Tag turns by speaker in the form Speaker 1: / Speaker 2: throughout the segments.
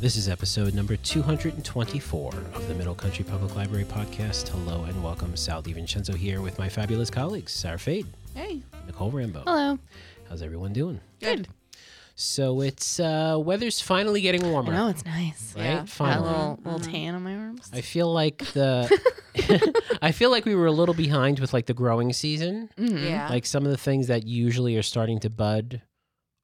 Speaker 1: This is episode number 224 of the Middle Country Public Library podcast. Hello and welcome. Sal DiVincenzo here with my fabulous colleagues, Sarah Fade,
Speaker 2: Hey.
Speaker 1: Nicole Rambo.
Speaker 2: Hello.
Speaker 1: How's everyone doing?
Speaker 2: Good.
Speaker 1: So it's uh, weather's finally getting warmer.
Speaker 2: No, Oh, it's nice.
Speaker 1: Right?
Speaker 2: Yeah.
Speaker 1: Finally.
Speaker 2: Got a little, little
Speaker 3: Mm-hmm.
Speaker 2: tan on my arms.
Speaker 1: I feel like the I feel like we were a little behind with like the growing season.
Speaker 2: Mhm.
Speaker 3: Yeah.
Speaker 1: Hmm? Like some of the things that usually are starting to bud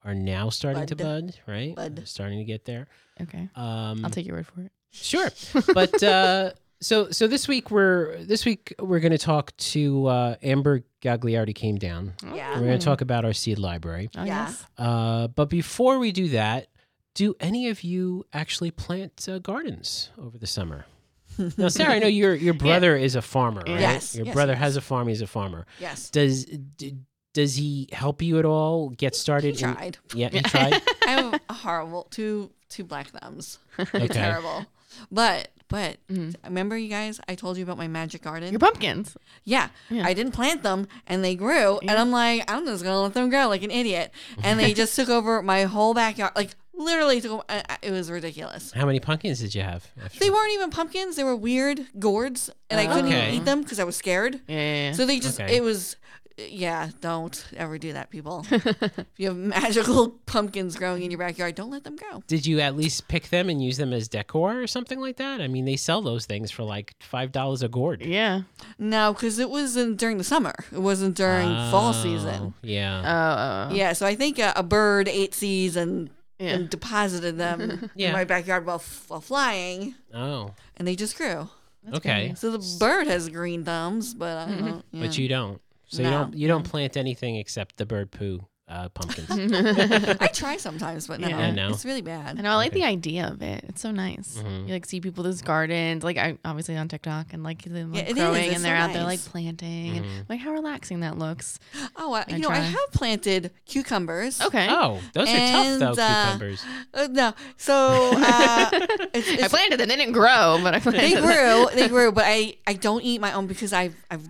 Speaker 1: are now starting to
Speaker 3: Bud.
Speaker 1: bud, right?
Speaker 3: Bud.
Speaker 1: Starting to get there.
Speaker 2: Okay.
Speaker 1: Um
Speaker 2: I'll take your word for it.
Speaker 1: Sure. But uh so so this week we're this week we're going to talk to uh Amber Gagliardi came down.
Speaker 3: Yeah.
Speaker 1: We're going to talk about our seed library.
Speaker 2: Oh,
Speaker 3: Yeah.
Speaker 2: yes.
Speaker 1: Uh but before we do that, do any of you actually plant uh, gardens over the summer? now, Sarah, I know your your brother is a farmer, right?
Speaker 3: Yes,
Speaker 1: Your
Speaker 3: yes,
Speaker 1: brother
Speaker 3: yes.
Speaker 1: has a farm. He's a farmer.
Speaker 3: Yes.
Speaker 1: Does d- does he help you at all get started? in-
Speaker 3: Tried.
Speaker 1: yeah, he tried.
Speaker 3: I have a horrible two two black thumbs. They're
Speaker 1: Okay.
Speaker 3: terrible. But but
Speaker 2: Mhm.
Speaker 3: remember you guys, I told you about my magic garden.
Speaker 2: Your pumpkins.
Speaker 3: yeah,
Speaker 2: Yeah.
Speaker 3: I didn't plant them and they grew and I'm like, I'm just gonna let them grow like an idiot. And they just took over my whole backyard. Like literally took over, I- I- it was ridiculous.
Speaker 1: How many pumpkins did you have? After?
Speaker 3: They weren't even pumpkins, they were weird gourds and I couldn't
Speaker 1: Okay.
Speaker 3: even eat them because I was scared.
Speaker 2: Yeah. yeah, yeah.
Speaker 3: So they just,
Speaker 1: Okay.
Speaker 3: it was, yeah, don't ever do that, people. if you have magical pumpkins growing in your backyard, don't let them go.
Speaker 1: Did you at least pick them and use them as decor or something like that? I mean, they sell those things for like five dollars a gourd.
Speaker 2: yeah.
Speaker 3: No, because it was in, during the summer. It wasn't during fall season. Uh,
Speaker 1: Oh, Yeah.
Speaker 2: Oh.
Speaker 3: Yeah, so I think a, a bird ate seeds and,
Speaker 2: Yeah.
Speaker 3: and deposited them
Speaker 1: Yeah.
Speaker 3: in my backyard while, f- while flying,
Speaker 1: oh.
Speaker 3: and they just grew.
Speaker 1: Okay.
Speaker 3: So the bird has green thumbs, but
Speaker 2: Mm-hmm.
Speaker 3: I don't. Yeah.
Speaker 1: But you don't. So you
Speaker 3: No.
Speaker 1: don't you don't plant anything except the bird poo uh,
Speaker 3: Mm-hmm.
Speaker 1: pumpkins.
Speaker 3: I try sometimes, but no,
Speaker 2: Yeah,
Speaker 1: no.
Speaker 3: it's really bad.
Speaker 2: oh. I know. I like the idea of it. It's so nice.
Speaker 1: Mm-hmm.
Speaker 2: You like see people those gardens, like I obviously on TikTok, and like them like
Speaker 3: it is.
Speaker 2: growing,
Speaker 3: It's
Speaker 2: and
Speaker 3: so
Speaker 2: they're out there like
Speaker 3: nice.
Speaker 2: planting,
Speaker 1: Mm-hmm.
Speaker 2: and like how relaxing that looks.
Speaker 3: Oh, I, you know,
Speaker 2: try.
Speaker 3: I have planted cucumbers.
Speaker 2: Okay.
Speaker 1: Oh, those are tough
Speaker 3: And,
Speaker 1: though,
Speaker 3: uh,
Speaker 1: cucumbers.
Speaker 3: Uh, no, so uh, it's,
Speaker 2: I
Speaker 3: it's,
Speaker 2: planted them. They didn't grow, but I
Speaker 3: they
Speaker 2: planted them.
Speaker 3: grew, they grew, but I, I don't eat my own because I've I've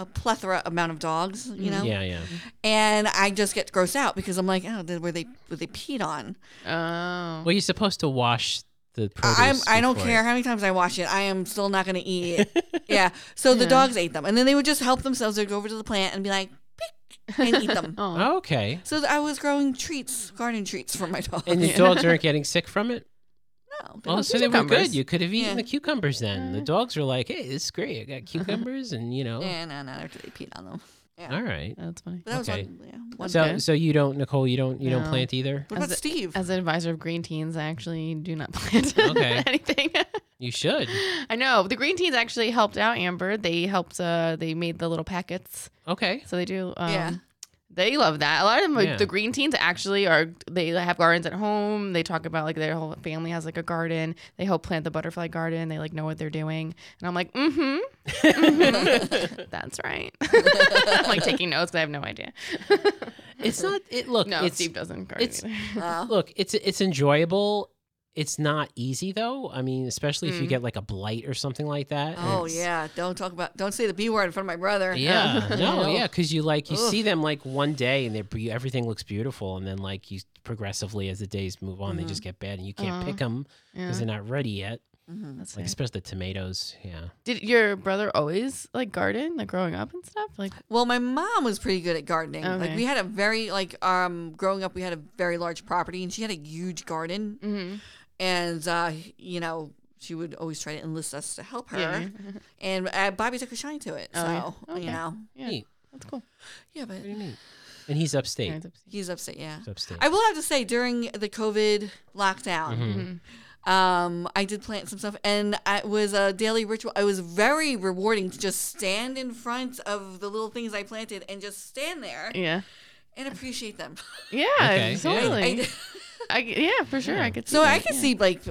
Speaker 3: a plethora amount of dogs, you know,
Speaker 1: Mm, Yeah, yeah.
Speaker 3: and I just get grossed out because I'm like, oh, then were they were they peed on?
Speaker 2: Oh.
Speaker 1: Well, you're supposed to wash the produce.
Speaker 3: I'm I don't
Speaker 1: before.
Speaker 3: care how many times I wash it, I am still not gonna eat it. yeah, so the
Speaker 2: Yeah.
Speaker 3: dogs ate them, and then they would just help themselves. They'd go over to the plant and be like, pick and eat them.
Speaker 2: Oh.
Speaker 1: Oh, okay.
Speaker 3: So I was growing treats, garden treats for my dogs.
Speaker 1: And the dogs aren't getting sick from it.
Speaker 3: no,
Speaker 1: Oh, so they were good.
Speaker 2: cucumbers.
Speaker 1: You could have eaten
Speaker 3: Yeah. Mm-hmm. Uh-huh.
Speaker 1: the cucumbers then. The dogs were like, "Hey, this is great. I got cucumbers, and you know,
Speaker 3: yeah, no, no, after they peed on them. yeah.
Speaker 1: oh. all right."
Speaker 2: That's funny.
Speaker 3: But that
Speaker 1: Okay.
Speaker 3: was one, yeah, one
Speaker 1: So,
Speaker 2: Okay.
Speaker 1: so you don't, Nicole. You don't, you don't
Speaker 2: No.
Speaker 1: plant either.
Speaker 3: What about
Speaker 2: As a-
Speaker 3: Steve?
Speaker 2: As an advisor of green teens, I actually do not plant
Speaker 1: Okay.
Speaker 2: anything.
Speaker 1: You should.
Speaker 2: I know the green teens actually helped out Amber. They helped. Uh, they made the little packets,
Speaker 1: Okay.
Speaker 2: so they do. Um,
Speaker 3: Yeah.
Speaker 2: They love that. A lot of them,
Speaker 1: Yeah.
Speaker 2: like, the green teens actually are. They have gardens at home. They talk about like their whole family has like a garden. They help plant the butterfly garden. They like know what they're doing. And I'm like, mm-hmm, mhm. that's right. I'm like taking notes. 'cause I have no idea.
Speaker 1: It's not. It look.
Speaker 2: No,
Speaker 1: it's,
Speaker 2: Steve doesn't garden
Speaker 1: it's-
Speaker 2: either.
Speaker 3: Uh,
Speaker 1: Look, it's it's enjoyable. It's not easy though. I mean, especially if you
Speaker 2: Mm.
Speaker 1: get like a blight or something like that.
Speaker 3: Oh
Speaker 1: It's-
Speaker 3: yeah, don't talk about don't say the B word in front of my brother.
Speaker 1: Yeah. No.
Speaker 3: Ew.
Speaker 1: Yeah. Because you like you
Speaker 3: Ugh.
Speaker 1: see them like one day and they're be- everything looks beautiful, and then like you progressively as the days move on, they
Speaker 3: Mhm.
Speaker 1: just get bad, and you can't
Speaker 2: Aw.
Speaker 1: pick pick them
Speaker 2: Yeah,
Speaker 1: because they're not ready yet.
Speaker 3: Mhm.
Speaker 2: that's
Speaker 1: Like
Speaker 2: fair.
Speaker 1: especially the tomatoes. Yeah.
Speaker 2: Did your brother always like garden, like growing up and stuff? Like,
Speaker 3: Well, my mom was pretty good at gardening. Like
Speaker 2: Okay.
Speaker 3: we had a very like um growing up, we had a very large property, and she had a huge garden, and uh, you know she would always try to enlist us to help her.
Speaker 2: yeah,
Speaker 3: And uh, Bobby took a shine to it,
Speaker 2: Oh, yeah.
Speaker 3: so
Speaker 2: Okay. Mm-hmm.
Speaker 3: you know,
Speaker 2: yeah,
Speaker 1: Neat.
Speaker 2: that's cool.
Speaker 3: yeah. But
Speaker 1: Pretty neat. And he's upstate.
Speaker 2: Parents upstairs.
Speaker 3: he's upset. Yeah,
Speaker 1: He's upstate.
Speaker 3: I will have to say during the COVID lockdown.
Speaker 1: Mhm.
Speaker 3: Um, I did plant some stuff, and I- it was a daily ritual. It was very rewarding to just stand in front of the little things I planted and just stand there
Speaker 2: Yeah,
Speaker 3: and appreciate them.
Speaker 2: yeah,
Speaker 1: Okay, yeah.
Speaker 2: totally.
Speaker 3: I-
Speaker 2: I, yeah, for sure. I could. See
Speaker 3: so I
Speaker 2: that,
Speaker 3: could
Speaker 2: yeah.
Speaker 3: see like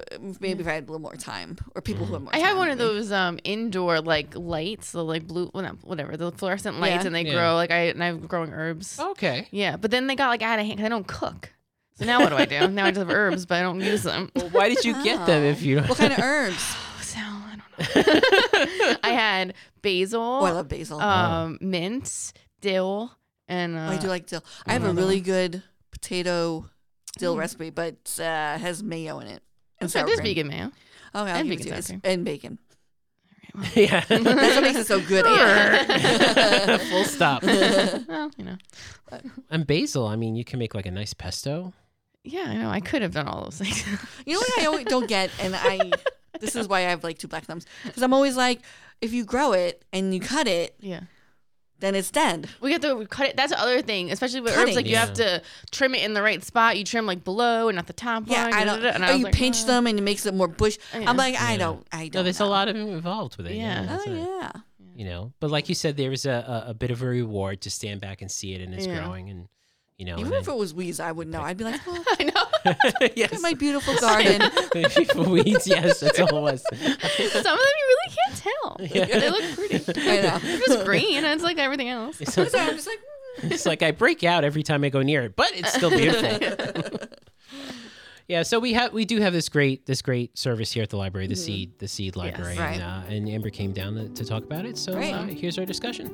Speaker 3: maybe if I had a little more time or people who had more.
Speaker 2: I have
Speaker 3: time,
Speaker 2: one of
Speaker 3: maybe.
Speaker 2: those um, indoor like lights, the like blue, well, not, whatever, the fluorescent lights,
Speaker 3: Yeah. Oh.
Speaker 2: and they
Speaker 1: Yeah.
Speaker 2: grow like I and I'm growing herbs.
Speaker 1: Okay.
Speaker 2: Yeah, but then they got like out of hand 'cause I don't cook. So now what do I do? now I just have herbs, but I don't use them.
Speaker 1: Well, why did you get them if you don't?
Speaker 3: Oh. What kind of herbs?
Speaker 2: So I don't know. I had basil.
Speaker 3: Oh, I love basil.
Speaker 2: um, mint, dill, and uh, Mm.
Speaker 3: Oh, I do like dill. I have a really good potato dill recipe, but uh, it has mayo in it. And
Speaker 2: So
Speaker 3: sour
Speaker 2: it is
Speaker 3: cream.
Speaker 2: vegan mayo.
Speaker 3: Oh, yeah,
Speaker 2: and
Speaker 3: I'll give it
Speaker 2: vegan
Speaker 3: to you.
Speaker 2: sour
Speaker 3: It's-
Speaker 2: cream.
Speaker 3: And bacon.
Speaker 1: yeah.
Speaker 3: That's what makes it so good.
Speaker 1: Full stop.
Speaker 2: Well, you know.
Speaker 1: And basil, I mean, you can make like a nice pesto.
Speaker 2: Yeah, I know. I could have done all those things.
Speaker 3: You know what I always don't get, and I this is why I have like two black thumbs because I'm always like, if you grow it and you cut it,
Speaker 2: yeah.
Speaker 3: then it's dead.
Speaker 2: We have to cut it. That's the other thing, especially with
Speaker 3: Cutting.
Speaker 2: herbs. Like you
Speaker 1: Yeah.
Speaker 2: have to trim it in the right spot. You trim like below and not the top
Speaker 3: Yeah,
Speaker 2: one.
Speaker 3: I
Speaker 2: da, da,
Speaker 3: don't.
Speaker 2: da. And
Speaker 3: Or
Speaker 2: I was
Speaker 3: you
Speaker 2: like,
Speaker 3: pinch
Speaker 2: "Uh,
Speaker 3: them and it makes it more bush.
Speaker 2: Yeah.
Speaker 3: I'm like, I
Speaker 1: Yeah.
Speaker 3: don't. I don't.
Speaker 1: No, Oh, there's
Speaker 3: know.
Speaker 1: a lot of involved with it.
Speaker 2: Yeah.
Speaker 1: that's
Speaker 3: Oh
Speaker 1: it.
Speaker 3: yeah.
Speaker 1: You know, but like you said, there was a, a, a bit of a reward to stand back and see it and it's
Speaker 2: Yeah.
Speaker 1: growing and, you know.
Speaker 3: Even
Speaker 1: and
Speaker 3: if it was weeds, I would know. I'd be like, well, look
Speaker 2: I know.
Speaker 1: then-
Speaker 3: at
Speaker 1: yes.
Speaker 3: my beautiful garden.
Speaker 1: Weeds, yes, that's all it was.
Speaker 2: Some of them you really can't tell.
Speaker 1: Yeah.
Speaker 2: They look pretty.
Speaker 3: I know.
Speaker 2: It's green. It's like everything else.
Speaker 1: It's
Speaker 3: So
Speaker 1: like,
Speaker 3: I'm just like, mm.
Speaker 1: it's like I break out every time I go near it, but it's still beautiful. Yeah, so we have we do have this great this great service here at the library, the seed the seed library,
Speaker 3: Mm-hmm. Right.
Speaker 1: and, uh, and Amber came down to, to talk about it. So
Speaker 3: Great.
Speaker 1: uh, here's our discussion.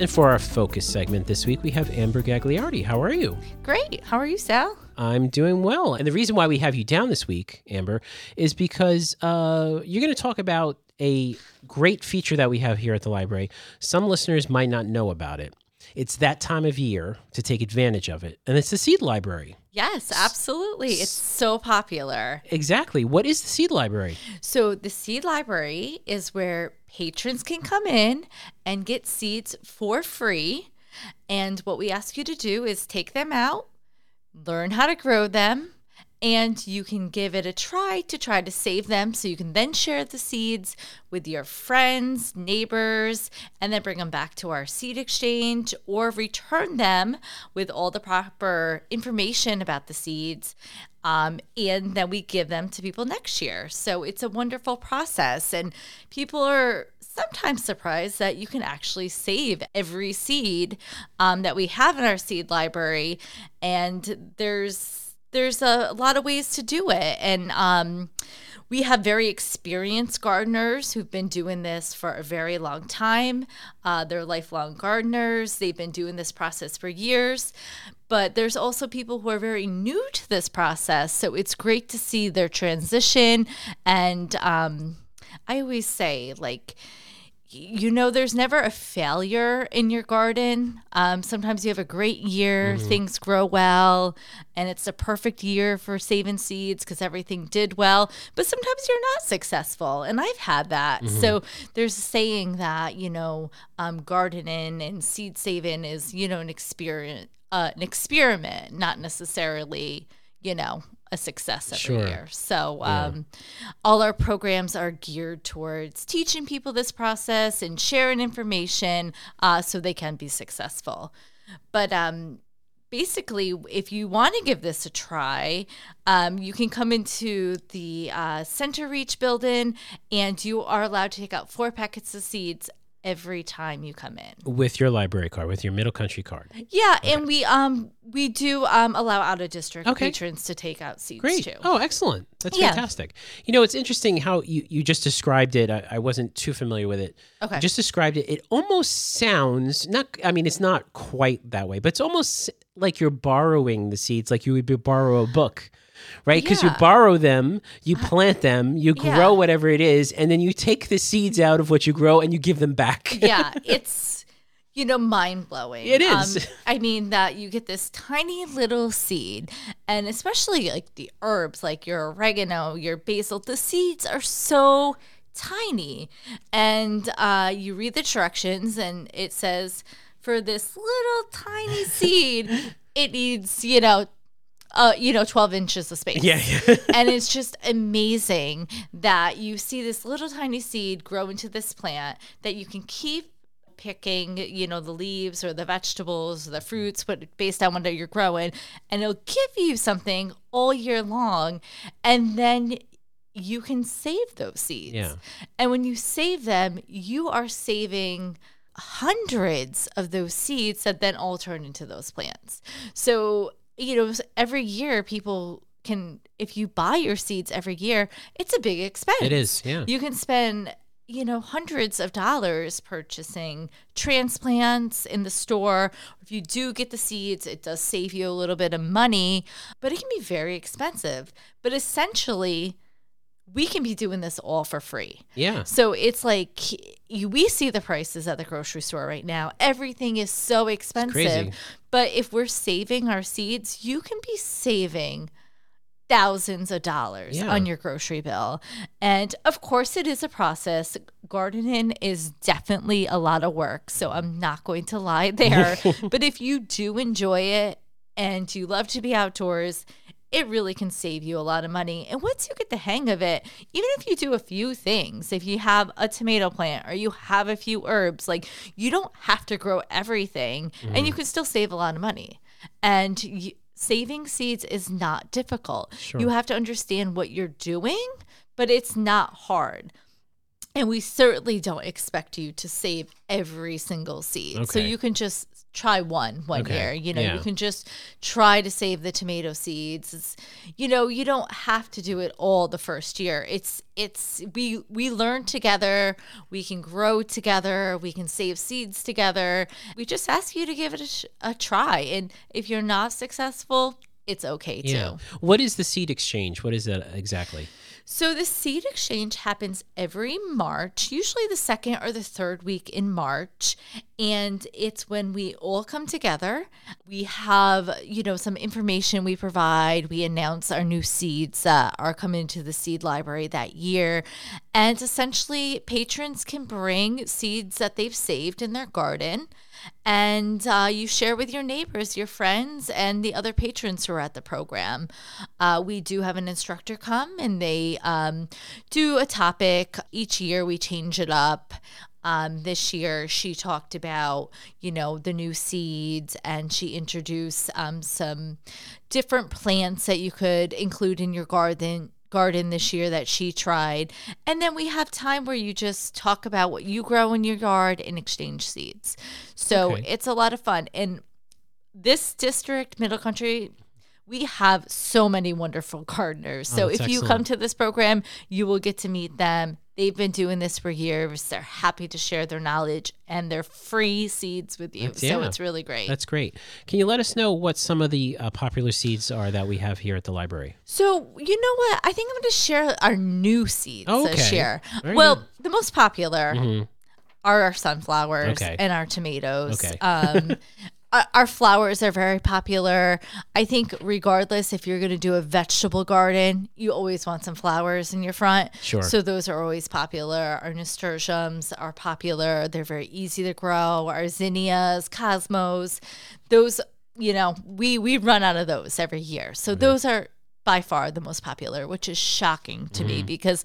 Speaker 1: And for our focus segment this week, we have Amber Gagliardi. How are you?
Speaker 4: Great. How are you, Sal?
Speaker 1: I'm doing well. And the reason why we have you down this week, Amber, is because uh, you're going to talk about a great feature that we have here at the library. Some listeners might not know about it. It's that time of year to take advantage of it, and it's the Seed Library.
Speaker 4: Yes, absolutely. It's so popular.
Speaker 1: Exactly. What is the Seed Library?
Speaker 4: So, the seed library is where patrons can come in and get seeds for free. And what we ask you to do is take them out, learn how to grow them, and you can give it a try to try to save them so you can then share the seeds with your friends, neighbors, and then bring them back to our seed exchange or return them with all the proper information about the seeds. Um, and then we give them to people next year. So it's a wonderful process. And people are sometimes surprised that you can actually save every seed um, that we have in our seed library. And there's there's a lot of ways to do it and um we have very experienced gardeners who've been doing this for a very long time. Uh, they're lifelong gardeners. They've been doing this process for years. But there's also people who are very new to this process. So it's great to see their transition. And um, I always say, like, you know, there's never a failure in your garden. Um, sometimes you have a great year, things grow well, and it's a perfect year for saving seeds because everything did well. But sometimes you're not successful, and I've had that. So there's a saying that you know, um, gardening and seed saving is you know an experience, uh, an experiment, not necessarily you know a success every
Speaker 1: Sure.
Speaker 4: year. So um, all our programs are geared towards teaching people this process and sharing information uh, so they can be successful. But um, basically, if you want to give this a try, um, you can come into the uh, Center Reach building and you are allowed to take out four packets of seeds every time you come in.
Speaker 1: With your library card, with your middle country card.
Speaker 4: Yeah, and we um we do um allow out of district
Speaker 1: Okay.
Speaker 4: patrons to take out seeds
Speaker 1: Great.
Speaker 4: too.
Speaker 1: Oh, excellent. That's
Speaker 4: Yeah.
Speaker 1: fantastic. You know, it's interesting how you, you just described it. I, I wasn't too familiar with it.
Speaker 4: Okay.
Speaker 1: You just described it. It almost sounds not, I mean, it's not quite that way, but it's almost like you're borrowing the seeds, like you would be borrow a book. Right, because
Speaker 4: Yeah. Uh-huh.
Speaker 1: you borrow them, you plant them, you grow
Speaker 4: Yeah.
Speaker 1: whatever it is, and then you take the seeds out of what you grow and you give them back.
Speaker 4: yeah, it's you know mind blowing.
Speaker 1: It is.
Speaker 4: I mean that you get this tiny little seed, and especially like the herbs, like your oregano, your basil. The seeds are so tiny, and uh, you read the directions, and it says for this little tiny seed, it needs you know. Uh, you know, 12 inches of space
Speaker 1: Yeah, yeah.
Speaker 4: and it's just amazing that you see this little tiny seed grow into this plant that you can keep picking you know the leaves or the vegetables or the fruits but based on what you're growing and it'll give you something all year long and then you can save those seeds
Speaker 1: Yeah.
Speaker 4: and when you save them you are saving hundreds of those seeds that then all turn into those plants so you know every year people can if you buy your seeds every year, it's a big expense.
Speaker 1: It is, yeah.
Speaker 4: You can spend, you know, hundreds of dollars purchasing transplants in the store. If you do get the seeds, it does save you a little bit of money, but it can be very expensive. But essentially, we can be doing this all for free.
Speaker 1: yeah.
Speaker 4: So it's like you, we see the prices at the grocery store right now. Everything is so expensive.
Speaker 1: crazy.
Speaker 4: But if we're saving our seeds, you can be saving thousands of dollars
Speaker 1: Yeah.
Speaker 4: on your grocery bill. And of course, it is a process. Gardening is definitely a lot of work. So I'm not going to lie there. but if you do enjoy it and you love to be outdoors, it really can save you a lot of money. And once you get the hang of it, even if you do a few things, if you have a tomato plant or you have a few herbs, like you don't have to grow everything and you can still save a lot of money. And you, saving seeds is not difficult. You have to understand what you're doing, but it's not hard. And we certainly don't expect you to save every single seed. So
Speaker 1: Okay.
Speaker 4: you can just try one one
Speaker 1: Okay.
Speaker 4: year. You know,
Speaker 1: Yeah.
Speaker 4: you can just try to save the tomato seeds. It's, you know, you don't have to do it all the first year. It's it's we we learn together. We can grow together. We can save seeds together. We just ask you to give it a, sh- a try. And if you're not successful, it's okay
Speaker 1: Yeah.
Speaker 4: too.
Speaker 1: What is the seed exchange? What is that exactly?
Speaker 4: So the seed exchange happens every March, usually the second or the third week in March, and it's when we all come together. We have, you know, some information we provide. We announce our new seeds that are coming to the seed library that year, and essentially patrons can bring seeds that they've saved in their garden. And uh, you share with your neighbors, your friends, and the other patrons who are at the program. Uh, we do have an instructor come and they um, do a topic. Each year we change it up. Um, this year she talked about, you know, the new seeds and she introduced um, some different plants that you could include in your garden garden this year that she tried. And then we have time where you just talk about what you grow in your yard and exchange seeds. So
Speaker 1: Okay.
Speaker 4: it's a lot of fun. And this district, Middle Country, we have so many wonderful gardeners.
Speaker 1: Oh,
Speaker 4: So if
Speaker 1: that's
Speaker 4: you come
Speaker 1: excellent.
Speaker 4: to this program, you will get to meet them. They've been doing this for years. They're happy to share their knowledge and their free seeds with you.
Speaker 1: That's-
Speaker 4: so
Speaker 1: yeah.
Speaker 4: it's really great.
Speaker 1: That's great. Can you let us know what some of the uh, popular seeds are that we have here at the library?
Speaker 4: So you know what? I think I'm going to share our new seeds this
Speaker 1: Okay.
Speaker 4: year.
Speaker 1: Very
Speaker 4: well,
Speaker 1: good. Mm-hmm.
Speaker 4: the most popular are our sunflowers
Speaker 1: Okay.
Speaker 4: and our tomatoes.
Speaker 1: Okay.
Speaker 4: Um, our- our flowers are very popular. I think, regardless if you're going to do a vegetable garden, you always want some flowers in your front.
Speaker 1: Sure.
Speaker 4: So those are always popular. Our nasturtiums are popular. They're very easy to grow. Our zinnias, cosmos, those you know we we run out of those every year.
Speaker 1: Mm-hmm.
Speaker 4: So those are by far the most popular, which is shocking to
Speaker 1: Mm-hmm.
Speaker 4: me because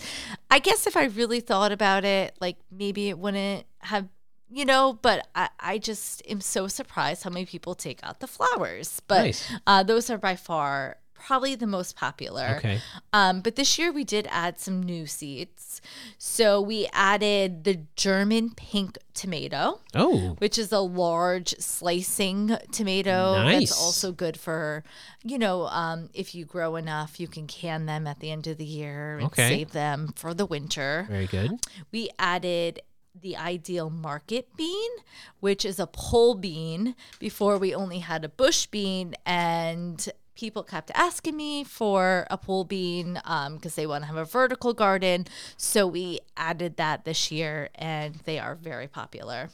Speaker 4: I guess if I really thought about it, like maybe it wouldn't have you know, but I, I just am so surprised how many people take out the flowers. But
Speaker 1: Nice.
Speaker 4: uh, those are by far probably the most popular.
Speaker 1: Okay.
Speaker 4: Um, but this year we did add some new seeds. So we added the German pink tomato,
Speaker 1: Oh,
Speaker 4: which is a large slicing tomato.
Speaker 1: Nice.
Speaker 4: That's also good for, you know, um, if you grow enough, you can can them at the end of the year and
Speaker 1: Okay.
Speaker 4: save them for the winter.
Speaker 1: very good.
Speaker 4: We added the ideal market bean, which is a pole bean. Before we only had a bush bean, and people kept asking me for a pole bean because they want to have a vertical garden. So we added that this year, and they are very popular.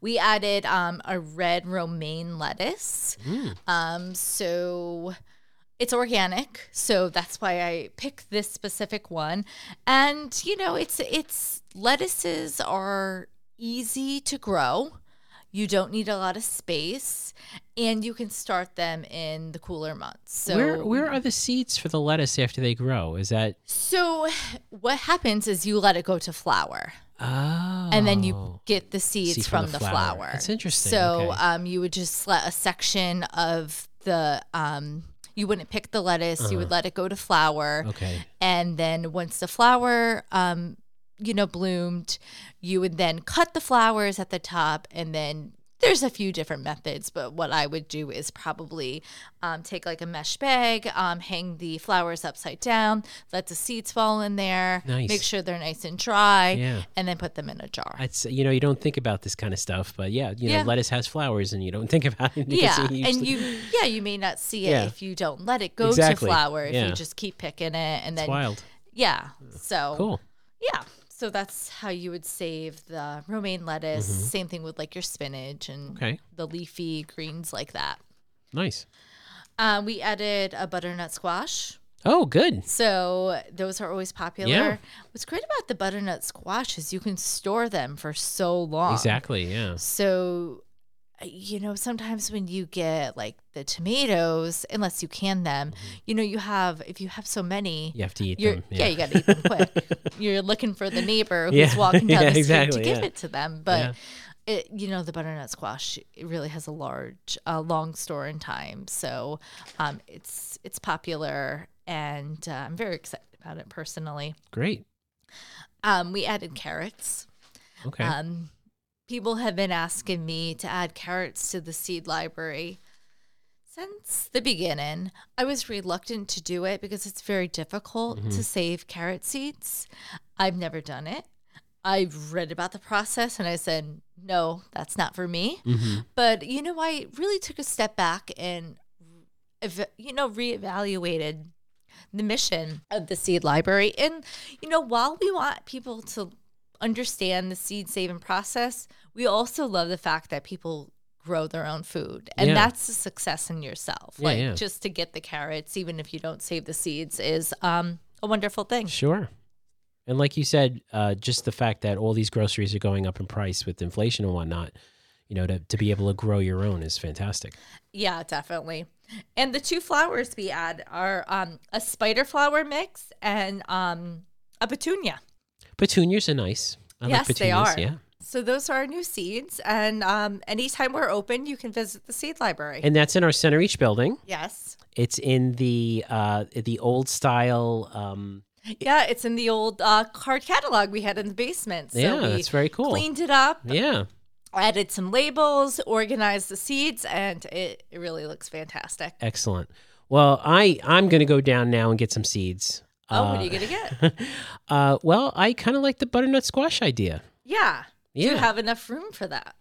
Speaker 4: We added um, a red romaine lettuce.
Speaker 1: Mm.
Speaker 4: Um, so it's organic, so that's why I picked this specific one. And you know, it's it's lettuces are easy to grow. You don't need a lot of space, and you can start them in the cooler months. So
Speaker 1: where where are the seeds for the lettuce after they grow? Is that
Speaker 4: so what happens is you let it go to flower.
Speaker 1: oh,
Speaker 4: and then you get the seeds
Speaker 1: Seed
Speaker 4: from, the, flower.
Speaker 1: That's interesting.
Speaker 4: So
Speaker 1: Okay.
Speaker 4: um, you would just let a section of the um, you wouldn't pick the lettuce. You would let it go to flower,
Speaker 1: Uh-huh. okay
Speaker 4: and then once the flower um, you know bloomed, you would then cut the flowers at the top, and then There's a few different methods, but what I would do is probably um, take like a mesh bag, um, hang the flowers upside down, let the seeds fall in there,
Speaker 1: Nice.
Speaker 4: make sure they're nice and dry,
Speaker 1: Yeah.
Speaker 4: and then put them in a jar.
Speaker 1: It's you know you don't think about this kind of stuff, but yeah, you know
Speaker 4: Yeah.
Speaker 1: lettuce has flowers, and you don't think about it.
Speaker 4: yeah,
Speaker 1: because you
Speaker 4: and
Speaker 1: usually-
Speaker 4: you yeah you may not see it
Speaker 1: Yeah.
Speaker 4: if you don't let it go
Speaker 1: Exactly.
Speaker 4: to flower. If
Speaker 1: Yeah.
Speaker 4: you just keep picking it, and
Speaker 1: it's
Speaker 4: then
Speaker 1: wild,
Speaker 4: yeah, so
Speaker 1: cool.
Speaker 4: Yeah. So that's how you would save the romaine lettuce. Same thing with like your spinach and
Speaker 1: Mm-hmm. Okay.
Speaker 4: the leafy greens like that.
Speaker 1: Nice.
Speaker 4: Uh, we added a butternut squash.
Speaker 1: Oh, good.
Speaker 4: So those are always popular.
Speaker 1: Yeah.
Speaker 4: What's great about the butternut squash is you can store them for so long.
Speaker 1: Exactly. Yeah.
Speaker 4: So, uh, you know, sometimes when you get like the tomatoes, unless you can them, you know, you have, if you have so many,
Speaker 1: Mm-hmm. You have to eat
Speaker 4: you're,
Speaker 1: them.
Speaker 4: yeah. you got to eat them quick. you're looking for the neighbor who's
Speaker 1: Yeah.
Speaker 4: walking down
Speaker 1: Yeah,
Speaker 4: the street
Speaker 1: exactly,
Speaker 4: to give
Speaker 1: yeah.
Speaker 4: it to them. But it, you know, the butternut squash it really has a large, uh, long store in time, so um, it's it's popular, and uh, I'm very excited about it personally.
Speaker 1: Great.
Speaker 4: Um, we added carrots.
Speaker 1: Okay.
Speaker 4: Um, people have been asking me to add carrots to the seed library since the beginning. I was reluctant to do it because it's very difficult to save carrot seeds. I've never done it. I've read about the process and I said, no, that's not for me.
Speaker 1: Mm-hmm.
Speaker 4: But you know, I really took a step back and, ev- you know, reevaluated the mission of the seed library. And, you know, while we want people to understand the seed saving process, we also love the fact that people grow their own food. And
Speaker 1: Yeah.
Speaker 4: that's a success in yourself.
Speaker 1: Yeah,
Speaker 4: like
Speaker 1: yeah.
Speaker 4: just to get the carrots, even if you don't save the seeds, is um, a wonderful thing.
Speaker 1: Sure. And like you said, uh, just the fact that all these groceries are going up in price with inflation and whatnot, you know, to, to be able to grow your own is fantastic.
Speaker 4: Yeah, definitely. And the two flowers we add are um, a spider flower mix and um, a petunia.
Speaker 1: Petunias are nice. I
Speaker 4: yes,
Speaker 1: like
Speaker 4: they
Speaker 1: petunias.
Speaker 4: are.
Speaker 1: Yeah.
Speaker 4: So those are our new seeds. And um, anytime we're open, you can visit the seed library.
Speaker 1: And that's in our Center Reach building.
Speaker 4: yes.
Speaker 1: It's in the uh, the old style. Um,
Speaker 4: Yeah, it's in the old uh, card catalog we had in the basement. So
Speaker 1: yeah,
Speaker 4: we
Speaker 1: that's very cool.
Speaker 4: cleaned it up,
Speaker 1: Yeah.
Speaker 4: added some labels, organized the seeds, and it, it really looks fantastic.
Speaker 1: Excellent. Well, I I'm gonna go down now and get some seeds.
Speaker 4: oh, what are you going to get?
Speaker 1: Uh, uh, well, I kind of like the butternut squash idea.
Speaker 4: Yeah. Do
Speaker 1: Yeah.
Speaker 4: you have enough room for that?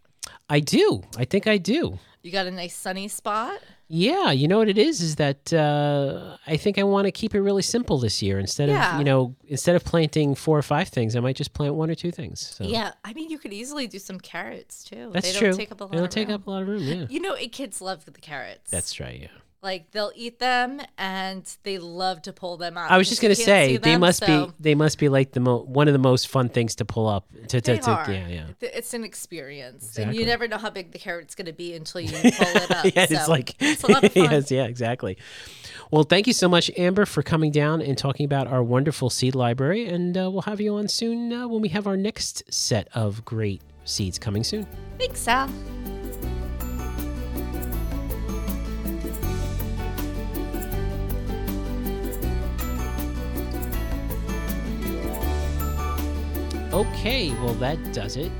Speaker 1: I do. I think I do.
Speaker 4: You got a nice sunny spot?
Speaker 1: Yeah, you know what it is is that uh, I think I want to keep it really simple this year. Instead of
Speaker 4: Yeah.
Speaker 1: you know, instead of planting four or five things, I might just plant one or two things. So
Speaker 4: Yeah, I mean, you could easily do some carrots too.
Speaker 1: that's
Speaker 4: they
Speaker 1: true.
Speaker 4: Don't take up a lot
Speaker 1: they don't
Speaker 4: of
Speaker 1: take
Speaker 4: room.
Speaker 1: up a lot of room. Yeah,
Speaker 4: You know, it, kids love the carrots.
Speaker 1: that's right. Yeah,
Speaker 4: like they'll eat them and they love to pull them out.
Speaker 1: I was just gonna
Speaker 4: because you can't
Speaker 1: say
Speaker 4: see
Speaker 1: they
Speaker 4: them,
Speaker 1: must
Speaker 4: so
Speaker 1: be they must be like the mo- one of the most fun things to pull up. To, to,
Speaker 4: They
Speaker 1: to-
Speaker 4: are.
Speaker 1: Yeah, yeah.
Speaker 4: Th- It's an experience, and
Speaker 1: Exactly.
Speaker 4: you never know how big the carrot's going to be until you pull it up.
Speaker 1: yeah,
Speaker 4: so
Speaker 1: it's like
Speaker 4: it's a lot of fun.
Speaker 1: yes, yeah, exactly. Well, thank you so much, Amber, for coming down and talking about our wonderful seed library, and uh, we'll have you on soon uh, when we have our next set of great seeds coming soon.
Speaker 4: Thanks, Sal.
Speaker 1: Okay, well that does it.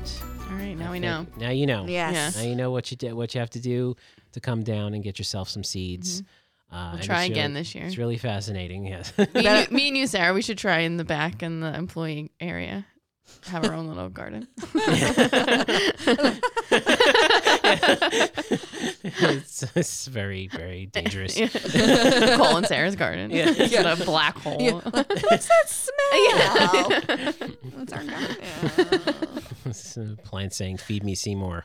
Speaker 2: All right, now we
Speaker 1: Thank-
Speaker 2: know.
Speaker 1: Now you know.
Speaker 3: "Mm, Yes.
Speaker 1: Now you know what you did, what you have to do to come down and get yourself some seeds. Uh, and
Speaker 2: We'll try
Speaker 1: it's
Speaker 2: again
Speaker 1: really-
Speaker 2: this year.
Speaker 1: It's really fascinating. Yes.
Speaker 2: Me and, you, me and you, Sarah, we should try in the back in the employee area. Have our own little garden.
Speaker 1: it's, it's very very dangerous.
Speaker 2: Cole and Sarah's garden. Yeah. Instead of black hole.
Speaker 3: What's that smell? What's our garden?
Speaker 1: It's a plant saying, "Feed me Seymour."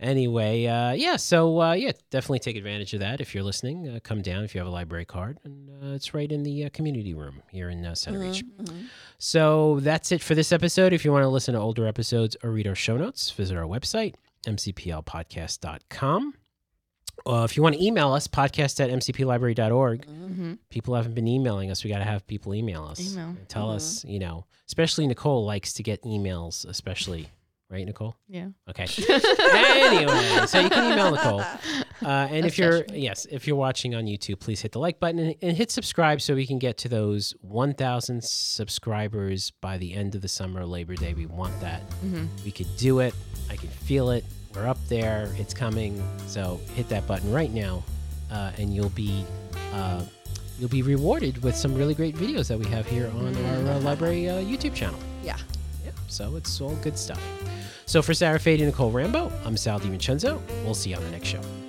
Speaker 1: anyway, uh, yeah. So uh, yeah, definitely take advantage of that if you're listening. Uh, come down if you have a library card, and uh, it's right in the uh, community room here in uh, Center Reach.
Speaker 2: Mm-hmm,
Speaker 1: So that's it for this episode. If you want to listen to older episodes or read our show notes, visit our website mcplpodcast.com. Uh, if you want to email us, podcast at mcplibrary.org.
Speaker 2: Mm-hmm.
Speaker 1: People haven't been emailing us. We got to have people email us.
Speaker 2: Email. Mm-hmm.
Speaker 1: and Tell us, you know, especially Nicole likes to get emails, especially, right, Nicole?
Speaker 2: Yeah.
Speaker 1: Okay. anyway, so you can email Nicole. Uh, and if you're,
Speaker 2: Especially.
Speaker 1: yes, if you're watching on YouTube, please hit the like button and, and hit subscribe so we can get to those 1,000 subscribers by the end of the summer, Labor Day. We want that.
Speaker 2: Mm-hmm.
Speaker 1: We could do it. I can feel it. We're up there. It's coming. So hit that button right now, uh, and you'll be uh, you'll be rewarded with some really great videos that we have here on our uh, library uh, YouTube channel.
Speaker 3: Yeah.
Speaker 1: Yep. So it's all good stuff. So for Sarah Fade and Nicole Rambo, I'm Sal DiVincenzo. We'll see you on the next show.